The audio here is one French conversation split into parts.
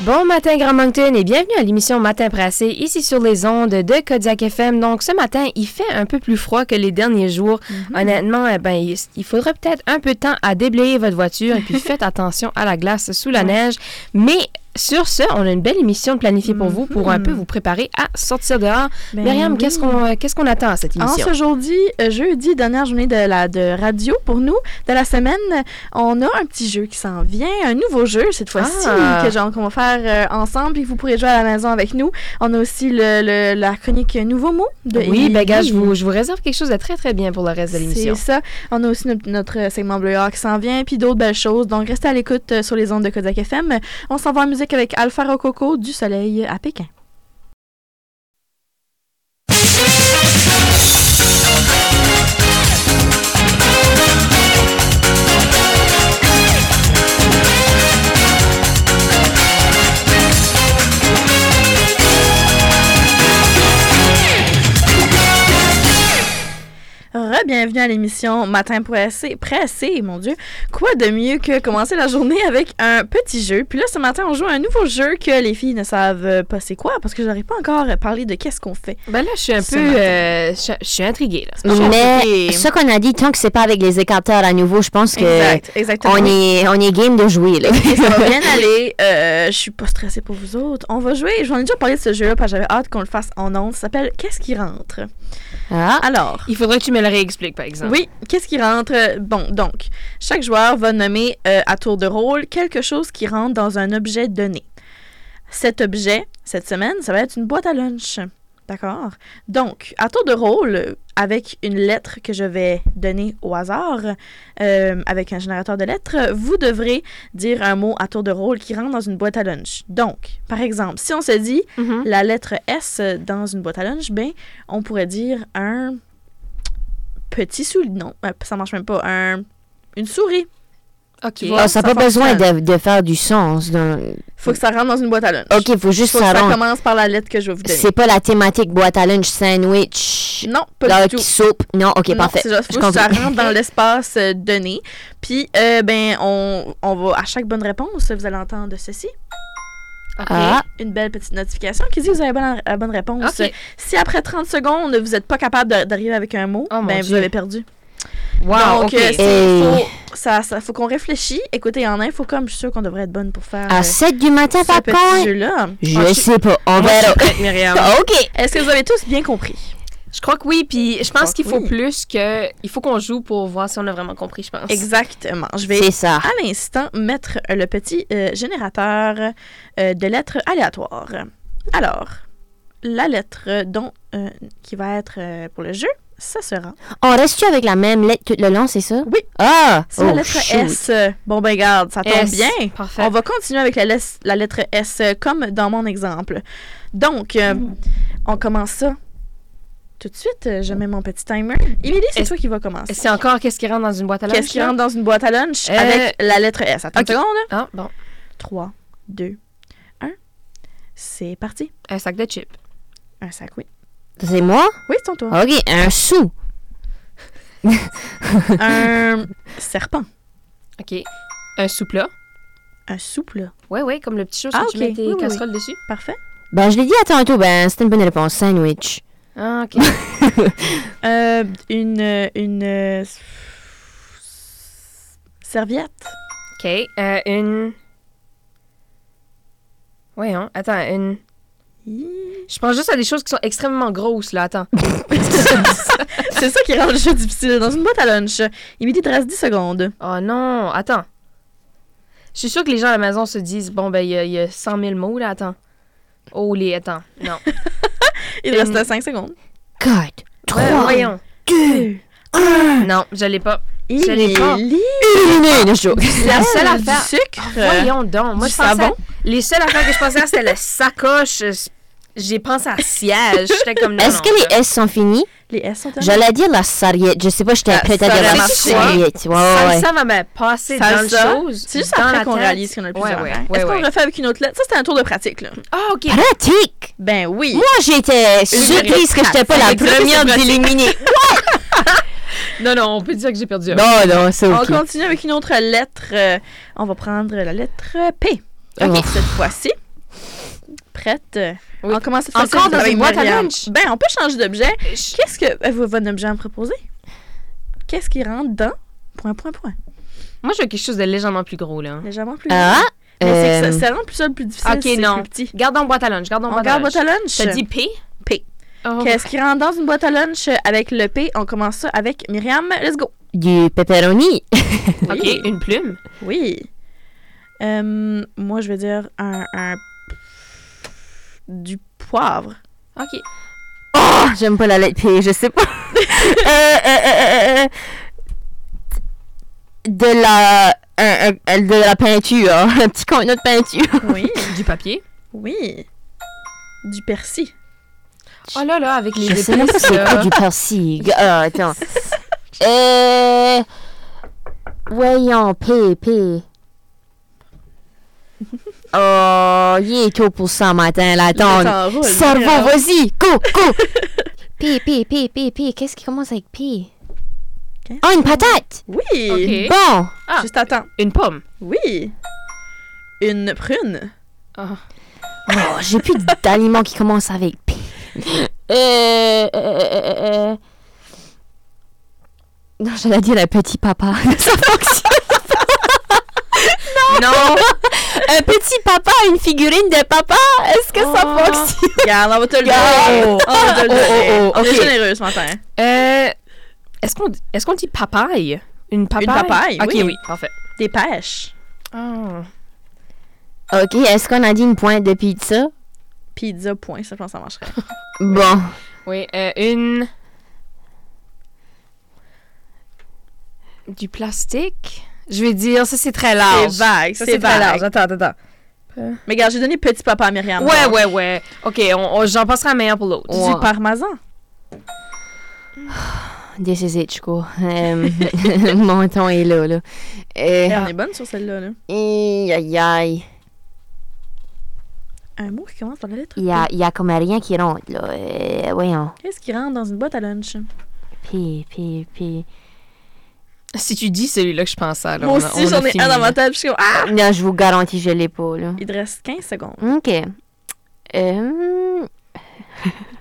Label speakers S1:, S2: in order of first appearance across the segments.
S1: Bon matin, Grand Moncton, et bienvenue à l'émission Matin Pressé, ici sur les ondes de Kodiak FM. Donc, ce matin, il fait un peu plus froid que les derniers jours. Honnêtement, eh ben, il- il faudra peut-être un peu de temps à déblayer votre voiture, et puis faites attention à la glace sous la neige. Mais sur ce, on a une belle émission de planifier pour vous, pour un peu vous préparer à sortir dehors.
S2: Ben
S1: Myriam,
S2: oui.
S1: qu'est-ce qu'on euh, qu'est-ce qu'on attend à cette
S2: En
S1: émission?
S2: ce jeudi, euh, jeudi, dernière journée de, la, de radio pour nous, de la semaine, on a un petit jeu qui s'en vient, un nouveau jeu cette fois-ci,
S1: Ah.
S2: que genre qu'on va faire euh, ensemble et vous pourrez jouer à la maison avec nous. On a aussi le, le- la chronique Nouveau mot de
S1: oui,
S2: Émilie.
S1: ben gars, je vous, je vous réserve quelque chose de très très bien pour le reste de l'émission.
S2: C'est ça. On a aussi notre, notre euh, segment Bleu Heart qui s'en vient, puis d'autres belles choses. Donc, restez à l'écoute euh, sur les ondes de Kodak FM. On s'en va en musique avec Alpha Rococo du Soleil à Pékin. Re-bienvenue à l'émission Matin pressé, pressé, mon Dieu. Quoi de mieux que commencer la journée avec un petit jeu? Puis là, ce matin, on joue à un nouveau jeu que les filles ne savent euh, pas c'est quoi, parce que j'aurais pas encore parlé de qu'est-ce qu'on fait.
S1: Ben là, je suis un
S2: Ce
S1: peu...
S2: matin.
S1: euh, je, je suis intriguée, là.
S3: Mais
S2: Ok.
S3: ce qu'on a dit, tant que c'est pas avec les écarteurs à nouveau, je pense que
S2: exactement.
S3: on est, on est game de jouer. Là.
S2: Et ça va bien aller. Euh, je suis pas stressée pour vous autres. On va jouer. J'en ai déjà parlé de ce jeu-là parce que j'avais hâte qu'on le fasse en ondes. Ça s'appelle Qu'est-ce qui rentre
S3: Ah,
S2: Alors,
S1: Il faudrait que tu me le réexpliques, par exemple.
S2: oui, qu'est-ce qui rentre euh, Bon, donc, chaque joueur va nommer euh, à tour de rôle quelque chose qui rentre dans un objet donné. Cet objet, cette semaine, ça va être une boîte à lunch. D'accord Donc, à tour de rôle, avec une lettre que je vais donner au hasard, euh, avec un générateur de lettres, vous devrez dire un mot à tour de rôle qui rentre dans une boîte à lunch. Donc, par exemple, si on se dit
S1: Mhm.
S2: la lettre S dans une boîte à lunch, ben, on pourrait dire un petit souris. Non, euh, ça marche même pas. Un, une souris.
S1: OK.
S2: vois?
S3: Ah, ça
S2: ça
S3: n'a pas besoin
S2: fonctionne.
S3: de, de faire du sens. dans-
S2: Faut que ça rentre dans une boîte à lunch.
S3: Ok, faut juste
S2: Faut que
S3: ça
S2: ça
S3: rentre.
S2: commence par la lettre que je vais vous donner.
S3: C'est pas la thématique boîte à lunch, sandwich,
S2: Non, pas
S3: là,
S2: du tout.
S3: qui soupe. Non, ok,
S2: Non,
S3: parfait.
S2: c'est juste- faut
S3: Je
S2: que ça
S3: comprends.
S2: rentre dans l'espace euh, donné. Puis, euh, ben, on, on va, à chaque bonne réponse, vous allez entendre ceci.
S1: OK.
S3: Ah,
S2: Une belle petite notification qui dit que vous avez la bonne, la bonne réponse.
S1: OK.
S2: Si après 30 secondes, vous n'êtes pas capable de- d'arriver avec un mot,
S1: Oh, mon
S2: ben, vous
S1: Dieu.
S2: avez perdu.
S1: Wow,
S2: Donc,
S1: OK.
S2: euh, c'est-
S3: Ah, Hey.
S2: faut, ça, ça- faut qu'on réfléchisse. Écoutez, en info, comme je suis sûre qu'on devrait être bonne pour faire euh,
S3: à 7 du matin,
S2: ce
S3: par
S2: petit
S3: contre?
S2: jeu-là.
S1: Moi, je-
S3: Je sais pas,
S1: Moi,
S3: on
S1: je suis
S3: verra.
S1: prête, Myriam.
S3: Ok.
S2: Est-ce que vous avez tous bien compris?
S1: Je crois que oui, puis je
S2: crois
S1: pense
S2: que
S1: qu'il faut
S2: oui.
S1: plus que... Il faut qu'on joue pour voir si on a vraiment compris, je pense.
S2: Exactement. Je vais
S3: C'est ça.
S2: à l'instant mettre le petit euh, générateur euh, de lettres aléatoires. Alors, la lettre dont, euh, qui va être euh, pour le jeu, ça sera.
S3: On reste-tu avec la même lettre tout le long, c'est ça?
S2: Oui.
S3: Ah!
S2: C'est la
S3: oh,
S2: lettre
S3: shoot.
S2: S. Bon, ben, garde, ça tombe
S1: S.
S2: bien.
S1: Parfait.
S2: On va continuer avec la, les- la lettre S, euh, comme dans mon exemple. Donc, euh, on commence ça tout de suite. Euh, Je mets mon petit timer. Émilie, c'est
S1: Est-ce-
S2: toi qui vas commencer.
S1: Et C'est encore qu'est-ce qui rentre dans une boîte à lunch?
S2: Qu'est-ce qui
S1: là?
S2: rentre dans une boîte à lunch
S1: Euh,
S2: avec la lettre S? Attends
S1: ok.
S2: une seconde.
S1: Ah, bon.
S2: 3, 2, 1. C'est parti.
S1: Un sac de chips.
S2: Un sac, oui.
S3: C'est moi?
S2: Oui, c'est ton tour.
S3: Ok, un sou.
S1: Ah.
S2: un serpent.
S1: OK. Un soupe-là.
S2: Un souple.
S1: Ouais, ouais, comme le petit chose
S2: Ah,
S1: que
S2: OK.
S1: tu mets tes
S2: Oui, oui,
S1: casseroles dessus.
S2: Parfait.
S3: Ben, je l'ai dit à tantôt, ben, c'était une bonne réponse. Sandwich.
S1: Ah, OK.
S2: Euh, une. euh, une euh, serviette.
S1: OK. Euh, une... Voyons, attends, une... Je pense juste à des choses qui sont extrêmement grosses, là, attends.
S2: C'est ça qui rend le jeu difficile. Dans une boîte à lunch, Émilie, il te reste 10 secondes.
S1: Oh non, attends. Je suis sûre que les gens à la maison se disent, bon, ben, il y, a- il y a 100 000 mots, là, attends. Oh, les, attends, non.
S2: Il te
S1: Une-
S2: reste 5 secondes.
S3: 4,
S1: Ouais,
S3: 3,
S1: Ben, voyons. Non, je l'ai pas. Je l'ai pas.
S2: Émilie,
S3: Non, je joke.
S1: La
S2: elle
S1: seule
S2: a du
S1: affaire... Ah,
S2: sucre.
S3: Euh,
S1: Voyons donc. Moi,
S2: du
S1: je pensais...
S2: savon.
S1: Les seules affaires que je pensais à, c'était la sacoche. J'ai pensé à siège. J'étais comme, non,
S3: Est-ce
S1: non,
S3: que les
S1: ça-
S3: S sont finis?
S2: Les S sont terminés.
S3: J'allais dire la sarriette. Je sais pas, j'étais
S2: La
S3: prête à dire la
S2: sarriette.
S3: sarriette. Ouais,
S1: Ça,
S3: ouais, ouais.
S1: ça va me passer
S2: Ça,
S1: dans le
S2: ça,
S1: chose.
S2: C'est juste
S1: dans
S2: après
S1: la
S2: qu'on
S1: tête.
S2: réalise qu'on a le plus
S1: Ouais,
S2: d'affaires.
S1: ouais,
S2: Est-ce
S1: ouais,
S2: qu'on
S1: ouais.
S2: le refait avec une autre lettre? Ça, c'était un tour de pratique, là.
S1: Ah, OK.
S3: Pratique!
S2: Ben oui.
S3: Moi, j'étais surprise que j'étais pas la
S2: Avec du
S3: première
S2: pratique.
S3: d'éliminer.
S1: Non, non, on peut dire que j'ai perdu.
S3: Non, non, c'est
S2: On
S3: ok.
S2: continue avec une autre lettre. Euh, on va prendre la lettre P. OK,
S3: Oh.
S2: cette fois-ci. prête?
S1: Oui.
S2: On commence cette
S1: Encore
S2: fois-ci
S1: dans
S2: avec
S1: une boîte à
S2: Myriam.
S1: lunch?
S2: Ben, on peut changer d'objet. Qu'est-ce que... Avez-vous un objet à me proposer? Qu'est-ce qui rentre dans... Point, point, point.
S1: Moi, je veux quelque chose de légèrement plus gros, là.
S2: Légèrement plus...
S3: Ah!
S2: Mais c'est que
S3: euh,
S2: ça, ça rend plus ça le plus difficile
S1: Ok,
S2: si c'est
S1: non.
S2: plus petit.
S1: Gardons boîte à lunch, gardons
S2: On
S1: boîte à
S2: regarde
S1: lunch.
S2: boîte à lunch.
S1: T'as dit P?
S2: P.
S1: Oh.
S2: Qu'est-ce qui rentre dans une boîte à lunch avec le P? On commence ça avec Myriam. Let's go.
S3: Du pepperoni.
S1: OK, une plume.
S2: Oui. Euh, moi, je vais dire un, un- du poivre.
S1: OK.
S3: Oh, j'aime pas la lettre P, je sais pas. Euh, euh, euh, euh, euh, de la un- un- un- de la peinture, un petit contenant de peinture.
S2: Oui.
S1: Du papier.
S2: Oui. Du persil.
S1: Oh là là, avec les
S3: Je sais même pas
S1: épices, euh,
S3: c'est quoi
S1: là.
S3: du persil. Ah, attends. Euh, voyons, P, P. Oh, il est tôt pour ça matin, là.
S2: Le
S3: Attends.
S2: temps roule,
S3: Cerveau,
S2: Myriam.
S3: vas-y, go, go. P, P, P, P, P. Qu'est-ce qui commence avec P?
S2: Qu'est-ce
S3: Oh, une patate.
S2: Oui.
S1: Ok.
S3: Bon.
S1: Ah.
S2: Juste attends.
S1: Une pomme.
S2: Oui. Une prune.
S3: Oh, j'ai plus d'aliments qui commencent avec P. Euh, euh, euh, euh, euh. Non, j'allais dire le petit papa. ça fonctionne.
S1: Non!
S3: Un petit papa, une figurine de papa. Est-ce que ça
S1: Oh.
S3: fonctionne?
S2: Regarde, on va te le donner.
S3: Oh.
S2: On va te le
S3: Oh, oh,
S2: donner.
S3: oh,
S2: On est
S3: ok.
S2: généreuse ce matin.
S1: Euh, est-ce qu'on est-ce qu'on dit papaye? Une papaye?
S2: papaye,
S1: OK,
S2: oui.
S1: oui, parfait.
S2: Des pêches.
S1: Ah.
S3: Ok, est-ce qu'on a dit une pointe de pizza?
S2: Pizza, point. Ça, je pense que ça marcherait.
S3: Bon.
S1: Oui, euh, une... Du plastique? Je vais dire, ça, c'est très large.
S2: C'est vague.
S1: Ça,
S2: C'est
S1: très large.
S2: vague.
S1: Attends, attends.
S2: Mais regarde, j'ai donné petit papa à Myriam.
S1: Ouais,
S2: donc.
S1: ouais, ouais. OK, on- on- j'en passerai un meilleur pour l'autre.
S3: Ouais.
S2: Du parmesan.
S3: This is it, quoi. Euh, mon temps est là, là. Euh,
S2: Eh, on est bonne sur celle-là. là.
S3: aïe, aïe, aïe.
S2: Un mot qui commence par la lettre E.
S3: Il y a, il y a comme rien qui rentre, là. Euh, voyons.
S2: Qu'est-ce qui rentre dans une boîte à lunch?
S3: P, P, P.
S1: Si tu dis celui-là que je pense à, là,
S2: Moi
S1: on a-
S2: aussi,
S1: on a
S2: j'en ai
S1: fini,
S2: un dans
S1: là.
S2: ma tête. puis Je suis comme, ah!
S3: Non, je vous garantis, je l'ai pas, là.
S2: Il te reste 15 secondes.
S3: Ok. Euh,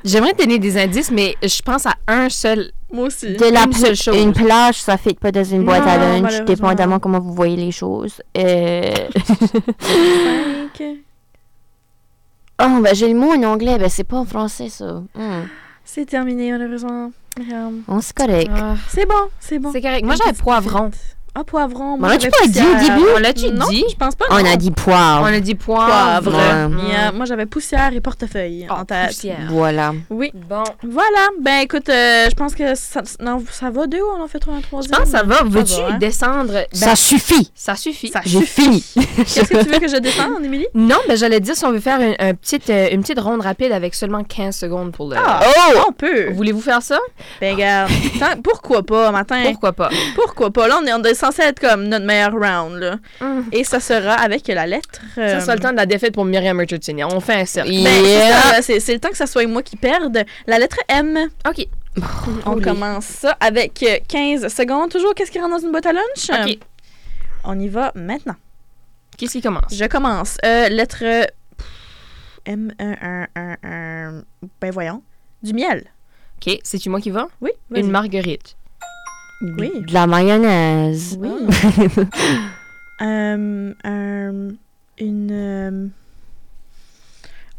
S1: J'aimerais te donner des indices, mais je pense à un seul.
S2: Moi aussi.
S3: de la
S1: Une seule chose.
S3: Une plage, ça fait pas dans une boîte à
S2: Non,
S3: lunch,
S2: malheureusement.
S3: dépendamment comment vous voyez les choses. Euh...
S2: 5.
S3: oh, ben j'ai le mot en anglais, ben c'est pas en français, ça. Hmm.
S2: C'est terminé, malheureusement. Myriam.
S3: Bon, c'est correct.
S1: Ah,
S2: C'est bon, c'est bon.
S1: c'est correct. Moi, j'avais poivron.
S2: Ah, poivron.
S3: Mais on l'a-tu pas dit au début?
S1: On l'a-tu
S2: non,
S1: dit?
S2: je pense pas.
S3: On
S2: non.
S3: a dit poivre.
S1: On a dit poivre.
S2: poivre.
S3: Ouais.
S1: Mm.
S2: Myriam, Moi, j'avais poussière et portefeuille
S1: Oh,
S2: en tête.
S1: poussière.
S3: Voilà.
S1: Ben,
S2: Oui.
S1: Bon.
S2: Voilà. Ben, écoute, euh, je pense que ça, non, ça va deux ou on en fait trois, un
S1: Je
S2: troisième?
S1: pense que ça va. Veux-tu
S2: hein?
S1: descendre? Ben,
S3: ça suffit.
S1: ça suffit.
S2: Ça-
S3: J'ai fini.
S2: Qu'est-ce que tu veux que je descende, Émilie?
S1: Non, mais j'allais dire si on veut faire une, un petite, euh, une petite ronde rapide avec seulement 15 secondes pour le.
S2: Ah,
S3: Oh!
S2: on peut.
S1: Voulez-vous faire ça?
S2: Ben, regarde. Tant- pourquoi pas, matin?
S1: Pourquoi pas?
S2: Pourquoi pas? Là, on est, on est censé être comme notre meilleur round, là.
S1: Mm.
S2: Et ça sera avec la lettre. euh,
S1: Ça sera le temps de la défaite pour Myriam Richardson. On fait un cercle.
S3: Oui.
S2: ben,
S3: Yeah.
S2: c'est ça, c'est c'est le temps que ça soit moi qui perde. La lettre M.
S1: OK.
S2: On
S1: Oui.
S2: commence ça avec euh, 15 secondes. Toujours, qu'est-ce qui rentre dans une boîte à lunch? Euh,
S1: OK.
S2: On y va maintenant.
S1: Qu'est-ce qui commence?
S2: Je commence. Euh, lettre euh, pff, M. un, un, un, un. Ben voyons. Du miel.
S1: OK. C'est-tu moi qui va?
S2: Oui, vas-y.
S1: Une marguerite.
S2: Oui.
S3: De la mayonnaise.
S2: Oui. Euh, euh, une. euh,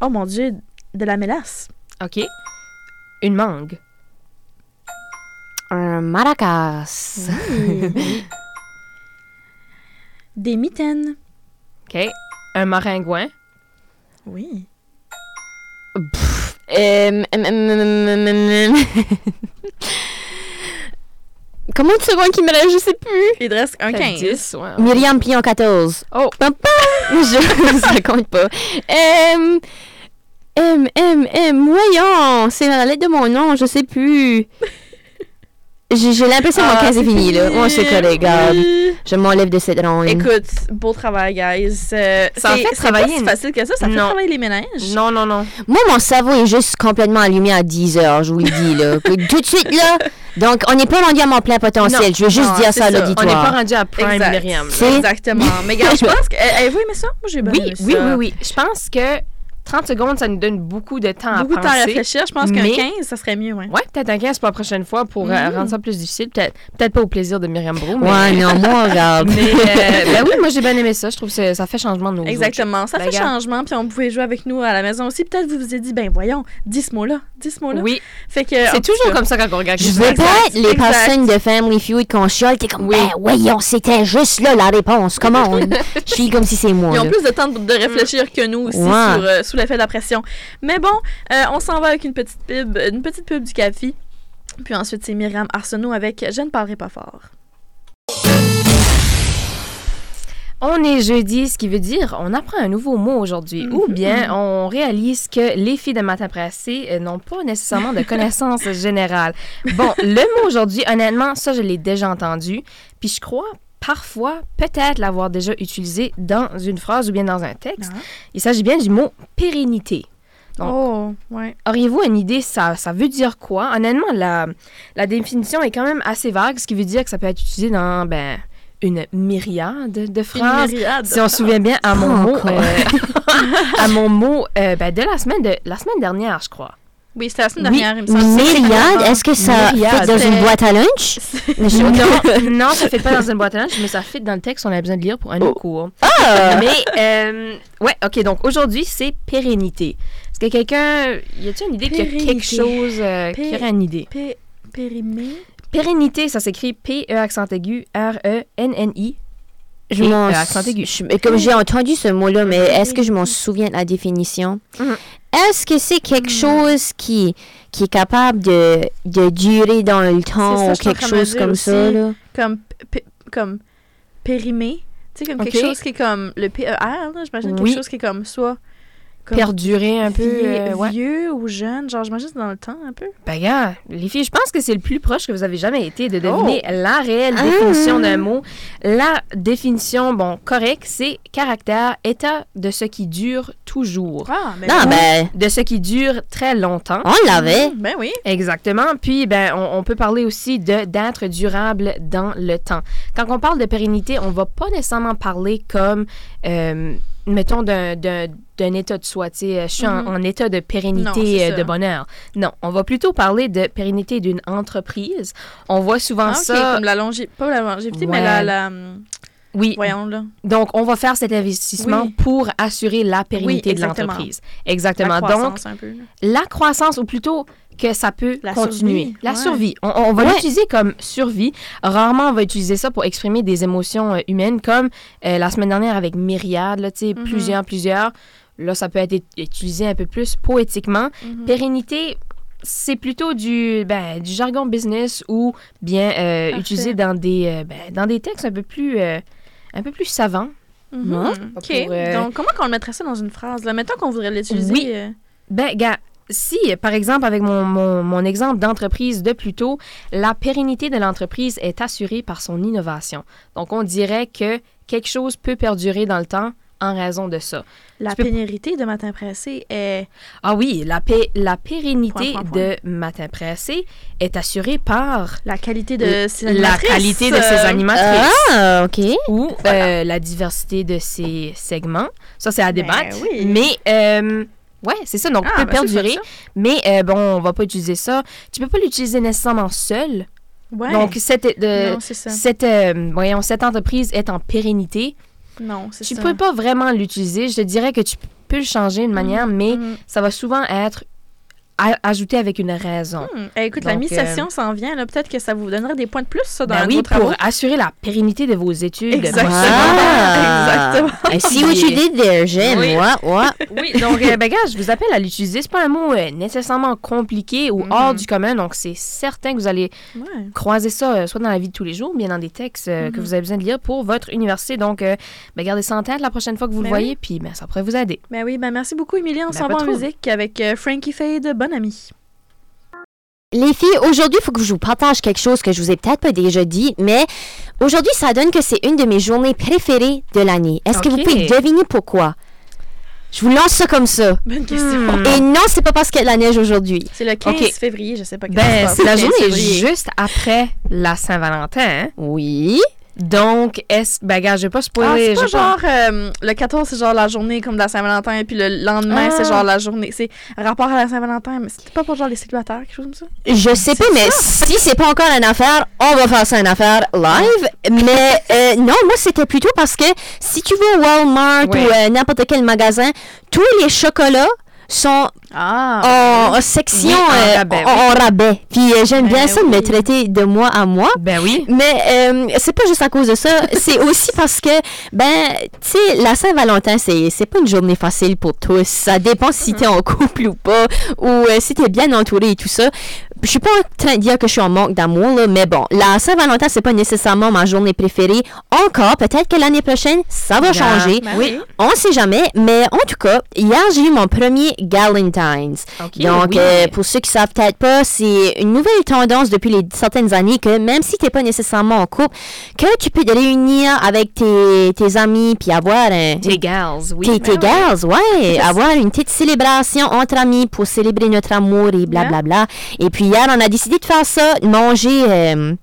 S2: Oh mon dieu, de la mélasse.
S1: OK. Une mangue.
S3: Un maracas.
S2: Des mitaines.
S1: OK. Un maringouin.
S2: Oui.
S3: Euh, hum, hum, hum, hum, hum, hum. Combien de secondes qui me reste, je sais plus.
S2: Il te reste un
S1: T'as
S2: 15.
S1: 10, ouais.
S3: Myriam Pion 14.
S1: Oh,
S3: Pam, pam. Je ça compte pas. Euh, M, M, M, voyons, c'est dans la lettre de mon nom, je sais plus. J'ai j'ai l'impression que mon
S2: Ah,
S3: cas est fini, là. Moi, c'est correct, regarde.
S2: Oui.
S3: Je m'enlève de cette ronde.
S2: Écoute, beau travail, guys. Euh,
S1: Ça en
S2: c'est-
S1: fait
S2: c'est pas
S1: travailler,
S2: si
S1: mais-
S2: facile que ça. Ça fait
S1: Non.
S2: travailler les ménages.
S1: non, non, non.
S3: Moi, mon cerveau est juste complètement allumé à 10 heures, je vous le dis, là. Que Tout de suite, là. Donc, on n'est pas rendu à mon plein potentiel.
S1: Non,
S3: je veux juste
S2: non,
S3: dire
S2: c'est
S3: ça à
S2: ça. On est
S1: On n'est pas
S3: l'auditoire.
S1: rendu à Prime
S2: Exact.
S1: Myriam. là.
S3: C'est-
S2: eh, Exactement. Mais regarde, je pense que. euh, Avez-vous aimé ça? Moi, j'ai bien
S1: Oui,
S2: aimé ça.
S1: oui, oui, oui. Je pense que 30 secondes, ça nous donne beaucoup de temps
S2: Beaucoup
S1: à
S2: de temps à
S1: penser.
S2: réfléchir. Je pense qu'un
S1: mais-
S2: 15, ça serait mieux, ouais.
S1: Ouais, peut-être un 15 pour la prochaine fois pour euh,
S2: Mhm.
S1: rendre ça plus difficile. Peut-être peut pas au plaisir de Myriam Brou, mais...
S3: Ouais, non, moi, regarde.
S1: mais, euh, ben oui, moi, j'ai bien aimé ça. Je trouve que ça- ça fait changement de nos
S2: Exactement. Ça
S1: Ben,
S2: fait
S1: regarde.
S2: changement, puis on pouvait jouer avec nous à la maison aussi. Peut-être vous vous êtes dit, ben voyons, dis ce mot-là, dis ce mot-là.
S1: Oui,
S2: Fait que. en
S1: c'est
S2: tout
S1: toujours
S2: cas,
S1: comme ça quand on regarde
S3: Je
S1: quelque
S3: veux
S1: chose.
S3: pas être
S2: exact,
S3: les
S2: exact.
S3: personnes de Family Feud qu'on chiale qui est comme
S1: Oui.
S3: Ben voyons, c'était juste là la réponse. Comment on... Je suis comme si c'est moi.
S2: Ils ont
S3: là.
S2: plus de temps de- de
S1: Mm.
S2: réfléchir que nous aussi
S3: Ouais.
S2: sur, euh, sous l'effet de la pression. Mais bon, euh, on s'en va avec une petite pub, une petite pub du café. Puis ensuite, c'est Myriam Arsenault avec Je ne parlerai pas fort.
S1: On est jeudi, ce qui veut dire on apprend un nouveau mot aujourd'hui.
S2: Mhm.
S1: Ou bien on réalise que les filles de matin pressé euh, n'ont pas nécessairement de connaissances générales. Bon, le mot aujourd'hui, honnêtement, ça, je l'ai déjà entendu. Puis je crois parfois peut-être l'avoir déjà utilisé dans une phrase ou bien dans un
S2: Ah.
S1: texte. Il s'agit bien du mot pérennité. Donc-
S2: Oh, ouais.
S1: Auriez-vous une idée, ça, ça veut dire quoi? Honnêtement, la, la définition est quand même assez vague, ce qui veut dire que ça peut être utilisé dans ben, une myriade de phrases.
S2: Une myriade.
S1: Si on se souvient bien à mon mot,
S3: Encore.
S1: euh, à mon mot euh, ben, de la semaine de la semaine dernière, je crois.
S2: Oui, c'était la semaine
S3: Oui,
S2: dernière, il me semble.
S3: myriade, est-ce que ça
S1: Myriade,
S3: fait dans
S2: c'est-
S3: une boîte à lunch?
S1: Non, non, ça fait pas dans une boîte à lunch, mais ça fait dans le texte qu'on a besoin de lire pour un autre cours.
S3: Ah!
S1: Mais euh, ouais, ok. Donc aujourd'hui, c'est pérennité. Est-ce que quelqu'un, y a-t-il une idée qu'il y a quelque
S2: Pérennité.
S1: chose euh, qui
S2: Pé-
S1: aurait une idée?
S2: Pé- Périmé.
S1: Pérennité, ça s'écrit P-E accent aigu E R-E-N-N-I.
S3: Je
S1: Et,
S3: m'en
S1: euh, accent
S3: sou-
S1: aigu.
S3: je- Comme j'ai entendu ce mot-là, mais
S2: Mm-hmm.
S3: est-ce que je m'en souviens de la définition?
S1: Mhm.
S3: Est-ce que c'est quelque
S2: Mm-hmm.
S3: chose qui, qui est capable de, de durer dans le
S2: ça,
S3: temps
S2: je
S3: ou
S2: suis en
S3: quelque
S2: train de me
S3: chose
S2: dire
S3: comme ça?
S2: aussi.
S3: Là?
S2: Comme, p- comme périmé. Tu sais, comme quelque
S1: Ok.
S2: chose qui est comme le PER, là, j'imagine.
S1: Oui.
S2: Quelque chose qui est comme soit. Comme
S1: Perdurer un peu.
S2: vieux,
S1: euh, ouais.
S2: vieux ou jeune. Genre, j'imagine c'est dans le temps un peu.
S1: Ben, gars, les filles, je pense que c'est le plus proche que vous avez jamais été de deviner la réelle
S3: Ah.
S1: définition d'un mot. La définition, bon, correcte, c'est caractère, état de ce qui dure toujours.
S2: Ah, ben
S3: Non,
S2: oui.
S3: ben,
S1: De ce qui dure très longtemps.
S3: on l'avait.
S2: Ben oui.
S1: Exactement. Puis, ben, on, on peut parler aussi de d'être durable dans le temps. Quand on parle de pérennité, on va pas nécessairement parler comme, euh, mettons, d'un, d'un, d'un état de soi. Tu sais, je suis en-
S2: Mhm.
S1: en, état de
S2: Non,
S1: pérennité
S2: c'est
S1: euh,
S2: ça.
S1: de bonheur. Non, on va plutôt parler de pérennité d'une entreprise. On voit souvent
S2: Ah, ok,
S1: ça.
S2: Comme la longévité. Pas la longévité, mais
S1: Ouais.
S2: la. la hum,
S1: Oui.
S2: voyons, là.
S1: Donc, on va faire cet investissement
S2: Oui.
S1: pour assurer la pérennité de
S2: exactement.
S1: l'entreprise.
S2: La
S1: Exactement. Donc,
S2: croissance un peu. là.
S1: la croissance, ou plutôt que ça peut
S2: La
S1: continuer.
S2: survie,
S1: la
S2: ouais.
S1: survie. On, on va
S3: Ouais.
S1: l'utiliser comme survie. Rarement, on va utiliser ça pour exprimer des émotions euh, humaines, comme euh, la semaine dernière avec myriade, là, tu sais,
S2: Mhm.
S1: plusieurs, plusieurs. Là, ça peut être ut- utilisé un peu plus poétiquement.
S2: Mhm.
S1: Pérennité, c'est plutôt du, ben, du jargon business ou bien euh,
S2: Parfait.
S1: utilisé dans des, euh, ben, dans des textes un peu plus, euh, un peu plus savants.
S2: Mhm.
S1: Hein?
S2: OK.
S1: Pour, euh,
S2: Donc, comment qu'on le mettrait ça dans une phrase? Là? Mettons qu'on voudrait l'utiliser.
S1: Oui.
S2: euh,
S1: Ben, gars, si, par exemple, avec mon, mon- mon exemple d'entreprise de plus tôt, la pérennité de l'entreprise est assurée par son innovation. Donc, on dirait que quelque chose peut perdurer dans le temps en raison de ça.
S2: la
S1: Tu peux-
S2: pénérité de matin pressé est.
S1: Ah oui, la, pé- la pérennité
S2: Point, point, point.
S1: de Matin Pressé est assurée par
S2: La qualité de ses
S1: Euh, la
S2: animatrices,
S1: qualité de ses
S2: euh,
S1: animatrices
S3: Ah, OK.
S1: ou euh, la diversité de ses segments. Ça, c'est à
S2: Ben
S1: débattre.
S2: oui.
S1: Mais, euh, ouais, c'est ça. Donc,
S2: Ah,
S1: peut
S2: ben, ça,
S1: perdurer.
S2: ça.
S1: Mais euh, bon, on va pas utiliser ça. Tu peux pas l'utiliser nécessairement seul.
S2: Ouais.
S1: Donc, cette, euh,
S2: non, c'est ça.
S1: cette, euh, voyons, cette entreprise est en pérennité.
S2: Non, c'est
S1: Tu
S2: ça.
S1: peux pas vraiment l'utiliser. Je te dirais que tu peux le changer de manière, mais
S2: Mhm.
S1: ça va souvent être a- ajouté avec une raison.
S2: Hmm. Eh, écoute, la
S1: Donc, euh,
S2: mi-session s'en vient. là. Peut-être que ça vous donnerait des points de plus, ça, dans
S1: Ben
S2: vos
S1: oui,
S2: travaux.
S1: pour assurer la pérennité de vos études.
S2: Exactement.
S3: Ah.
S2: Exactement.
S3: I see what you did there, j'aime.
S1: Oui.
S3: Ouais, ouais.
S1: Oui, donc, euh, ben, gars, je vous appelle à l'utiliser. C'est pas un mot euh, nécessairement compliqué ou hors
S2: Mhm.
S1: du commun, donc c'est certain que vous allez
S2: Ouais.
S1: croiser ça euh, soit dans la vie de tous les jours, ou bien dans des textes euh, que
S2: Mhm.
S1: vous avez besoin de lire pour votre université. Donc, euh, ben, gardez ça en tête la prochaine fois que vous le
S2: Ben oui.
S1: voyez, puis ben, ça pourrait vous aider.
S2: Ben oui, ben merci beaucoup, Émilie. On
S1: Ben,
S2: s'en
S1: pas
S2: va en
S1: trop.
S2: musique avec euh, Frankie Faye de Bonne Amie.
S3: Les filles, aujourd'hui, il faut que je vous partage quelque chose que je vous ai peut-être pas déjà dit, mais aujourd'hui, ça donne que c'est une de mes journées préférées de l'année. Est-ce que vous
S1: Ok.
S3: pouvez deviner pourquoi? Je vous lance ça comme ça.
S2: Bonne question.
S1: Hmm.
S3: Et non, c'est pas parce qu'il y a de la neige aujourd'hui.
S2: C'est le 15
S1: Ok.
S2: février, je sais pas quand
S1: Ben,
S2: ça se
S1: c'est la
S2: passe, le 15
S1: journée
S2: février.
S1: juste après la Saint-Valentin. hein?
S3: Oui.
S1: Donc, est-ce. Ben, regarde, je vais pas
S2: Ah,
S1: spoiler.
S2: c'est pas
S1: je vais
S2: genre euh, le 14 c'est genre la journée comme de la Saint-Valentin et puis le lendemain
S1: Ah.
S2: c'est genre la journée c'est rapport à la Saint-Valentin mais c'était pas pour genre les célibataires quelque chose comme ça
S3: Je sais pas,
S1: C'est
S3: mais si c'est pas encore une affaire, on va faire ça une affaire live. Mais euh, non, moi c'était plutôt parce que si tu vas au Walmart
S1: Ouais.
S3: ou euh, n'importe quel magasin, tous les chocolats sont
S2: ah
S3: en section
S1: Oui, en
S3: euh,
S1: rabais,
S3: en- en rabais. Puis euh, j'aime
S2: Ben
S3: bien ça de me
S2: oui.
S3: traiter de moi à moi.
S1: Ben oui.
S3: Mais euh, c'est pas juste à cause de ça, c'est aussi parce que, ben, tu sais, la Saint-Valentin, c'est c'est pas une journée facile pour tous. Ça dépend si
S1: Mm-hmm.
S3: t'es en couple ou pas, ou euh, si t'es bien entouré et tout ça. Je suis pas en train de dire que je suis en manque d'amour, là, mais bon, la Saint-Valentin, c'est pas nécessairement ma journée préférée. Encore, peut-être que l'année prochaine, ça va changer.
S2: ben
S1: Oui.
S3: On sait jamais, mais en tout cas, hier, j'ai eu mon premier Galentine's.
S1: OK.
S3: Donc,
S1: oui.
S3: euh, pour ceux qui savent peut-être pas, c'est une nouvelle tendance depuis les certaines années que même si tu n'es pas nécessairement en couple, que tu peux te réunir avec tes, tes amis puis avoir un...
S1: Des gals, oui.
S3: tes, tes
S2: ouais.
S3: girls, ouais, avoir une petite célébration entre amis pour célébrer notre amour et blablabla. Et puis hier, on a décidé de faire ça, de manger euh,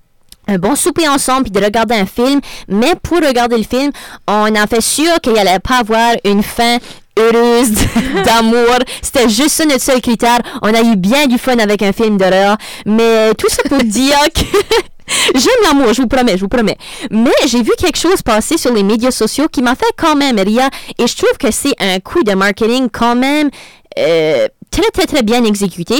S3: un bon souper ensemble puis de regarder un film. Mais pour regarder le film, on a fait sûr qu'il n'allait pas avoir une fin heureuse d'amour. C'était juste ça notre seul critère. On a eu bien du fun avec un film d'horreur. Mais tout ça pour dire que... J'aime l'amour, je vous promets, je vous promets. Mais j'ai vu quelque chose passer sur les médias sociaux qui m'a fait quand même rire et je trouve que c'est un coup de marketing quand même euh, très très très bien exécuté.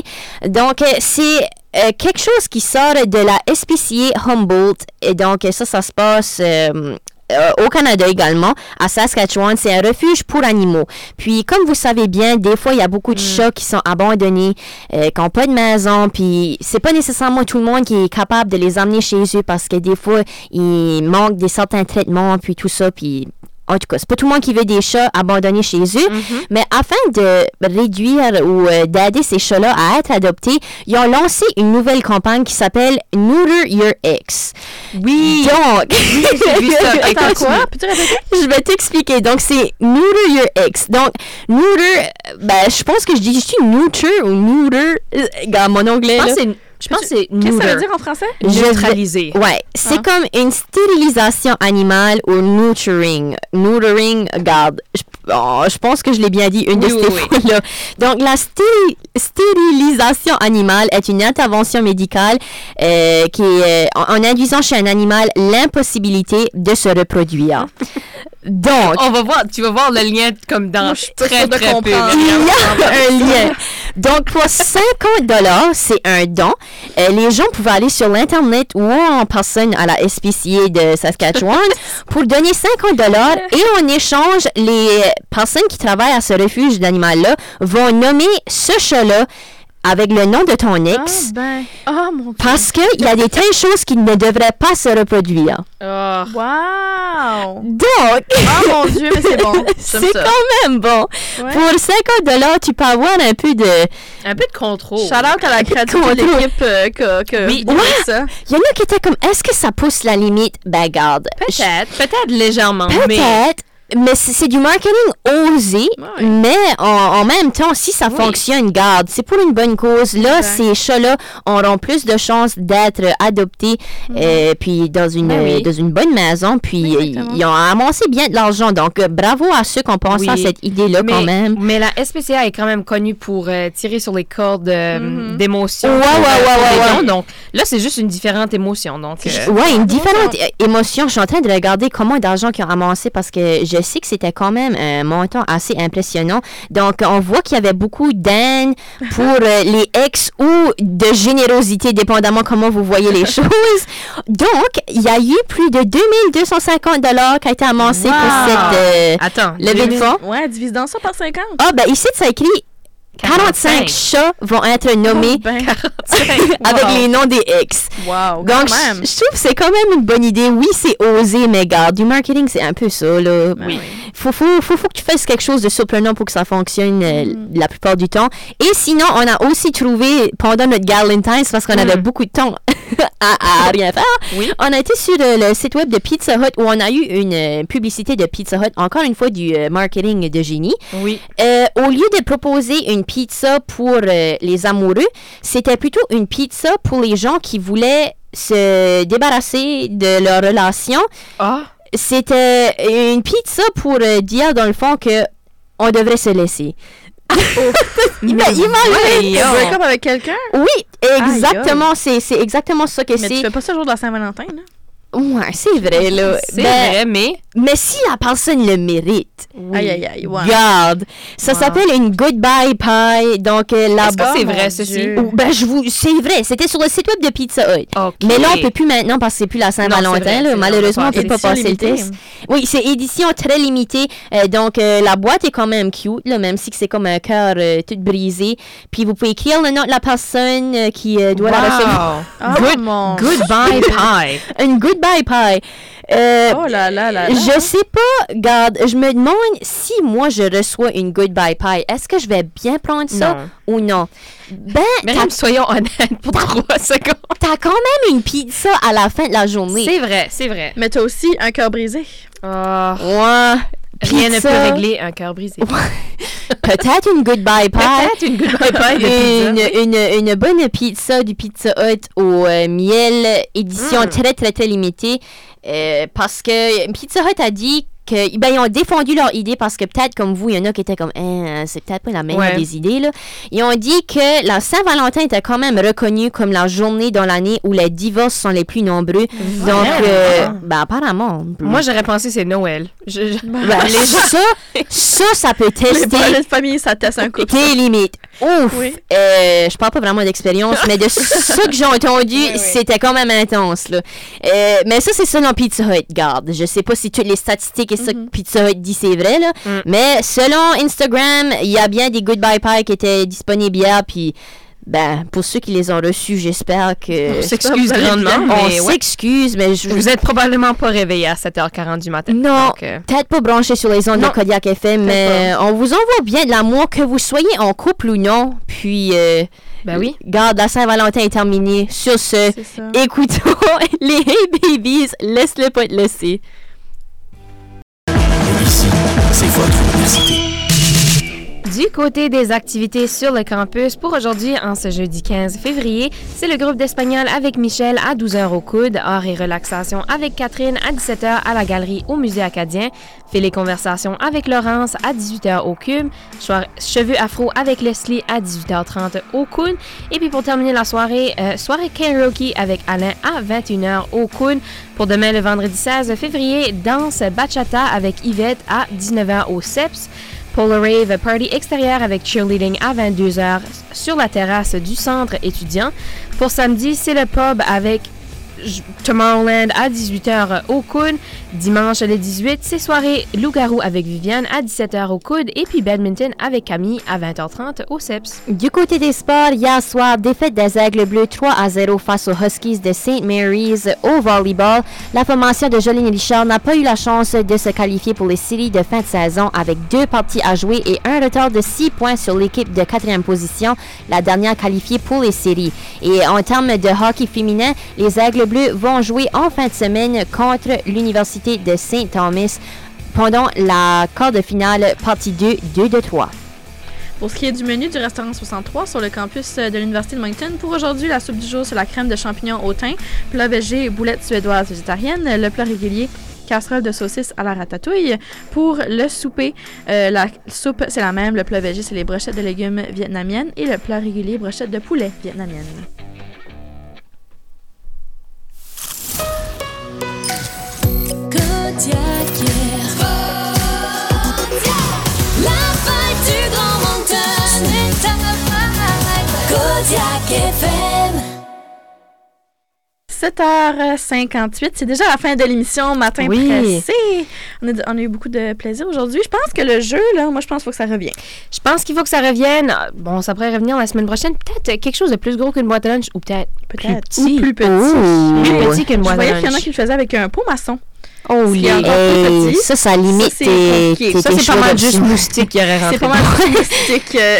S3: Donc euh, c'est euh, quelque chose qui sort de la SPCA Humboldt et donc euh, ça ça se passe euh, euh, au Canada également, à Saskatchewan, c'est un refuge pour animaux. Puis, comme vous savez bien, des fois, il y a beaucoup de chats qui sont abandonnés, euh, qui n'ont pas de maison, puis c'est pas nécessairement tout le monde qui est capable de les emmener chez eux parce que des fois, ils manquent des certains traitements, puis tout ça, puis... En tout cas, c'est pas tout le monde qui veut des chats abandonnés chez eux,
S1: Mhm.
S3: mais afin de réduire ou euh, d'aider ces chats-là à être adoptés, ils ont lancé une nouvelle campagne qui s'appelle Neuter Your Ex.
S1: Oui.
S3: Donc,
S1: j'ai vu ça. Ok,
S2: attends
S1: continue.
S2: quoi peux-tu répéter
S3: je vais t'expliquer. Donc, c'est neuter your ex. Donc, neuter, euh, ben, je pense que je dis, je suis neuter ou neuter. Euh, Regarde, mon anglais,
S1: Je pense
S3: là.
S1: que c'est- je pense que c'est.
S2: qu'est-ce que
S1: neuter.
S2: ça veut dire en français
S3: Je vais-
S1: Neutraliser. Ah.
S3: Ouais, c'est
S2: Hein?
S3: comme une stérilisation animale ou neutering. Neutering, regarde, je, oh, je pense que je l'ai bien dit une
S1: Oui,
S3: de
S1: oui,
S3: ces
S1: oui.
S3: fois-là. Donc, la stéri- stérilisation animale est une intervention médicale euh, qui est euh, en, en induisant chez un animal l'impossibilité de se reproduire. Donc,
S1: On va voir, tu vas voir le lien comme dans.
S2: Moi,
S1: Je suis
S2: pas
S1: très,
S2: sûre de
S1: très peu.
S2: comprendre.
S1: là.
S3: Il y a un lien. Donc, pour 50 dollars, c'est un don. Euh, les gens pouvaient aller sur l'Internet ou en personne à la SPCA de Saskatchewan pour donner 50 dollars et en échange, les personnes qui travaillent à ce refuge d'animal-là vont nommer ce chat-là avec le nom de ton ex.
S2: ah ben oh mon dieu
S3: Parce qu'il y a des telles choses qui ne devraient pas se reproduire.
S1: Oh.
S2: wow
S3: Donc,
S2: oh mon dieu mais c'est bon j'aime
S3: c'est
S2: ça
S3: quand même bon.
S2: Ouais.
S3: Pour 50 dollars, tu peux avoir un peu de...
S1: Un peu de contrôle.
S2: Shout out à la créativité de Oh. l'équipe euh, que, que
S1: Oui.
S2: qui a fait ça.
S3: Il y en a qui étaient comme, est-ce que ça pousse la limite? Ben, garde.
S1: Peut-être. Peut-être légèrement.
S3: Peut-être.
S1: mais-
S3: Mais c'est c'est du marketing osé,
S2: Ouais.
S3: mais en, en même temps, si ça
S1: Oui.
S3: fonctionne, garde, c'est pour une bonne cause. Là,
S2: Exact.
S3: ces chats-là auront plus de chances d'être adoptés, euh, puis dans une,
S1: Mhm. Ben oui.
S3: euh, dans une bonne maison, puis euh,
S2: Exactement.
S3: ils ont amassé bien de l'argent. Donc, euh, bravo à ceux qui ont pensé à
S1: Oui.
S3: cette idée-là
S1: mais,
S3: quand même.
S1: mais la SPCA est quand même connue pour euh, tirer sur les cordes euh,
S2: Mhm.
S1: d'émotion.
S3: Mm-hmm. Ouais, ouais,
S1: pour, euh, pour
S3: ouais, ouais,
S1: les
S3: ouais.
S1: dons. Donc là, c'est juste une différente émotion. Donc, euh,
S3: Ouais, une
S2: Ah,
S3: différente euh, émotion. Je suis en train de regarder comment d'argent qu'ils ont ramassé parce que je sais que c'était quand même un montant assez impressionnant. Donc, on voit qu'il y avait beaucoup d'aide pour euh, les ex ou de générosité, dépendamment comment vous voyez les choses. Donc, il y a eu plus de 2250 dollars qui a été amassé pour
S2: Wow.
S3: cette euh,
S1: attends.
S3: levée de fonds.
S2: Ouais, divise dans ça par 50.
S3: Ah, ben ici, ça écrit 45 chats vont être nommés
S2: Oh, ben,
S1: 45.
S3: avec
S2: Wow.
S3: les noms des ex.
S2: wow,
S3: Donc,
S2: quand même.
S3: je, je trouve que c'est quand même une bonne idée. Oui, c'est osé, mais garde, du marketing, c'est un peu ça, là.
S2: Ben
S3: Faut, faut, faut, faut que tu fasses quelque chose de surprenant pour que ça fonctionne euh,
S2: Mm.
S3: la plupart du temps. Et sinon, on a aussi trouvé, pendant notre Galentine's, parce qu'on
S1: Mm.
S3: avait beaucoup de temps à, à rien faire,
S1: Oui.
S3: on a été sur euh, le, site web de Pizza Hut où on a eu une euh, publicité de Pizza Hut, encore une fois du euh, marketing de génie.
S1: Oui.
S3: Euh, au lieu de proposer une pizza pour euh, les amoureux, c'était plutôt une pizza pour les gens qui voulaient se débarrasser de leur relation.
S1: Ah!
S3: C'était une pizza pour euh, dire, dans le fond, que on devrait se laisser. Il m'a- il m'a-
S2: Tu break up avec quelqu'un?
S3: Oui, exactement. C'est c'est exactement ça que
S2: Mais tu
S3: c'est.
S2: fais pas ça le jour de la Saint-Valentin, là?
S3: Ouais, c'est vrai, là.
S1: C'est
S3: Ben,
S1: vrai, mais.
S3: Mais si la personne le mérite,
S2: Aïe, aïe, aïe. Ouais.
S3: garde. Ça
S1: Wow.
S3: s'appelle une goodbye pie. Donc euh, la
S1: Est-ce que
S3: bas
S1: c'est
S2: mon
S1: vrai,
S2: Dieu.
S1: ceci?
S2: c'est-
S3: ben je vous, c'est vrai. C'était sur le site web de Pizza Hut.
S1: OK.
S3: Mais là, on peut plus maintenant parce que c'est plus la
S1: Non, c'est vrai,
S3: Saint-Valentin. là.
S1: c'est-
S3: Malheureusement,
S1: on
S3: on
S1: peut
S3: peut pas
S2: Édition
S3: passer
S2: limitée.
S3: le test. Oui, c'est édition très limitée. Euh, donc, euh, la boîte est quand même cute, là, même si que c'est comme un cœur euh, tout brisé. Puis, vous pouvez écrire le nom de la personne euh, qui euh, doit la recevoir.
S1: Wow.
S2: Oh
S1: Good-
S2: mon...
S1: Goodbye pie.
S3: Une goodbye pie. Euh,
S2: Oh là là là là.
S3: Je sais pas, garde, je me demande si moi je reçois une goodbye pie, est-ce que je vais bien prendre ça
S1: Non.
S3: ou non? Ben,
S1: Mais
S3: t'as-
S1: soyons honnêtes pour trois secondes.
S3: t'as quand même une pizza à la fin de la journée.
S1: C'est vrai, c'est vrai.
S2: Mais t'as aussi un cœur brisé.
S1: Oh,
S3: Ouais.
S1: rien ne peut
S3: Ah. Pizza.
S1: régler un cœur brisé.
S3: Peut-être une goodbye pie.
S1: Peut-être une goodbye pie de
S3: Une,
S1: pizza.
S3: une, une bonne pizza du Pizza Hut au euh, miel, édition
S1: Mm.
S3: très très très limitée, euh, parce que Pizza Hut a dit que ben, ils ont défendu leur idée parce que peut-être comme vous, il y en a qui étaient comme Hein, c'est peut-être pas la meilleure
S1: Ouais.
S3: des idées. Là. Ils ont dit que la Saint-Valentin était quand même reconnue comme la journée dans l'année où les divorces sont les plus nombreux. Donc, euh, ben, apparemment.
S1: Moi, j'aurais pensé c'est Noël. Je- je-
S3: ben, ça, ça, ça peut
S2: Les
S3: tester
S2: bonnes familles, ça teste un couple.
S3: tes limites. Ouf!
S2: Oui.
S3: Euh, je parle pas vraiment d'expérience, mais de ce que j'ai entendu,
S2: Oui, oui.
S3: c'était quand même intense. Là. Euh, mais ça, c'est selon Pizza Hut, garde. Je sais pas si toutes les statistiques et ça que Pizza Hut dit, c'est vrai. Là.
S1: Mhm. Mm.
S3: Mais selon Instagram, il y a bien des Goodbye Pie qui étaient disponibles hier. Puis, ben, pour ceux qui les ont reçus, j'espère que.
S1: On s'excuse
S2: ça va bien.
S1: grandement,
S3: On
S1: mais ouais.
S3: s'excuse, mais je.
S1: vous êtes probablement pas réveillé à 7h40 du matin.
S3: Non.
S1: Donc, euh,
S3: Peut-être pas branché sur les ondes
S1: Non.
S3: de Kodiak FM, mais euh, on vous envoie bien de l'amour, que vous soyez en couple ou non. Puis, euh,
S1: ben oui.
S3: Garde, la Saint-Valentin est terminée. Sur ce,
S2: C'est ça.
S3: écoutons les Hey Babies, laisse-le pas te laisser.
S4: Ici, c'est votre université.
S1: Du côté des activités sur le campus, pour aujourd'hui, en ce jeudi 15 février, c'est le groupe d'espagnol avec Michel à 12h au coude, art et relaxation avec Catherine à 17h à la galerie au musée acadien, fait les conversations avec Laurence à 18h au cube, Choi- cheveux afro avec Leslie à 18h30 au coude, et puis pour terminer la soirée, euh, soirée karaoke avec Alain à 21h au coude. Pour demain, le vendredi 16 février, danse bachata avec Yvette à 19h au CEPS. Polar Rave Party extérieur avec cheerleading à 22h sur la terrasse du centre étudiant. Pour samedi, c'est le pub avec J- Tomorrowland à 18h au coude. Dimanche le 18, c'est soirée Loup-garou avec Viviane à 17h au coude et puis badminton avec Camille à 20h30 au CEPS.
S3: Du côté des sports, hier soir, défaite des Aigles Bleus 3 à 0 face aux Huskies de St. Mary's au volleyball. La formation de Jolene Richard n'a pas eu la chance de se qualifier pour les séries de fin de saison avec deux parties à jouer et un retard de 6 points sur l'équipe de quatrième position, la dernière qualifiée pour les séries. Et en termes de hockey féminin, les Aigles Bleus vont jouer en fin de semaine contre l'Université de St. Thomas pendant la quart de finale partie 2 2 de 3.
S2: Pour ce qui est du menu du restaurant 63 sur le campus euh, de l'Université de Moncton, pour aujourd'hui, la soupe du jour, c'est la crème de champignons au thym, plat végé, boulettes suédoises végétariennes, le plat régulier, casserole de saucisses à la ratatouille. Pour le souper, euh, la soupe, c'est la même, le plat végé, c'est les brochettes de légumes vietnamiennes et le plat régulier, brochettes de poulet vietnamiennes.
S5: Kodiak hier. Oh, La vibe du Grand Moncton. C'est ta vibe. Kodiak FM.
S2: 7h58, c'est déjà la fin de l'émission Matin
S1: Oui.
S2: Pressé. On a, on a eu beaucoup de plaisir aujourd'hui. Je pense que le jeu, là, moi, je pense qu'il faut que ça revienne.
S1: Je pense qu'il faut que ça revienne. Ah, Bon, ça pourrait revenir la semaine prochaine. Peut-être quelque chose de plus gros qu'une boîte à lunch ou peut-être
S2: Peut-être.
S1: Plus petit.
S2: Ou plus petit.
S1: plus petit qu'une
S2: Je
S1: boîte à
S2: voyais qu'il y en a
S1: lunch.
S2: qui le faisaient avec un pot maçon.
S1: Oh,
S2: S'il y en a
S1: les-
S2: encore plus
S3: Hey,
S2: petit.
S3: ça, ça limite
S2: Ça, c'est
S3: tes,
S2: compliqué.
S3: tes-
S1: Ça,
S3: tes
S1: c'est pas
S3: choix
S1: mal juste
S3: d'options.
S1: moustique qui aurait rentré.
S2: C'est pas mal touristique. euh,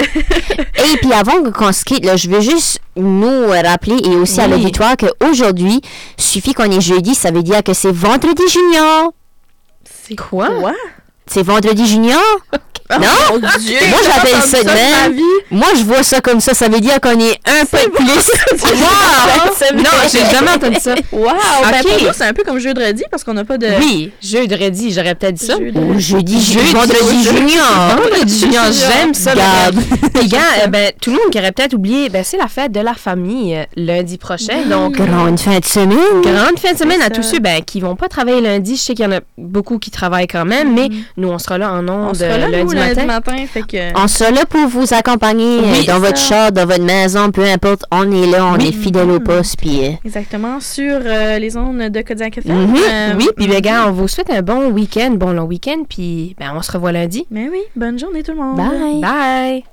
S3: Et puis avant que- qu'on se quitte, là, je veux juste nous euh, rappeler et aussi à
S1: Oui.
S3: l'auditoire qu'aujourd'hui, suffit qu'on est jeudi, ça veut dire que c'est vendredi junior.
S2: C'est
S1: Quoi?
S2: quoi?
S3: C'est vendredi junior?
S1: Oh,
S3: Non?
S2: Mon Dieu!
S3: Moi,
S2: j'ai
S3: j'appelle
S2: entendu
S3: ça de
S2: de ma
S3: même.
S2: vie.
S3: Moi, je vois ça comme ça. Ça veut dire qu'on est un peu plus. Wow!
S1: Non, j'ai jamais entendu ça.
S2: Wow! Ben,
S1: Ok.
S2: pour nous, c'est un peu comme jeudi parce qu'on n'a pas de.
S1: Oui, jeudi, j'aurais peut-être dit ça.
S2: Jeudi.
S3: Ou jeudi, jeudi,
S1: Euh, Jeudi,
S3: vendredi, junior.
S1: Vendredi junior, j'aime ça. le
S3: Gab.
S1: rêve. Puis, gars, euh, ben, tout le monde qui aurait peut-être oublié, ben, c'est la fête de la famille euh, lundi prochain. Donc,
S3: Grande fin de semaine.
S1: grande fin de semaine à
S2: ça.
S1: tous ceux ben, qui vont pas travailler lundi. Je sais qu'il y en a beaucoup qui travaillent quand même, mais nous, Mmh. on sera là en
S2: On
S1: ondes
S2: sera là,
S1: euh,
S2: nous,
S1: lundi matin.
S2: fait que...
S3: On sera là pour vous accompagner euh,
S2: Oui,
S3: dans
S2: ça.
S3: votre char, dans votre maison, peu importe. On est là, on est fidèle au poste. Puis, euh,
S2: Exactement, sur euh, les zones de Kodiak FM.
S3: Mhm,
S2: Euh,
S1: Oui, puis, ben, gars, on vous souhaite un bon week-end, bon long week-end, puis ben, on se revoit lundi.
S2: Mais oui, bonne journée tout le monde.
S3: bye.
S1: Bye!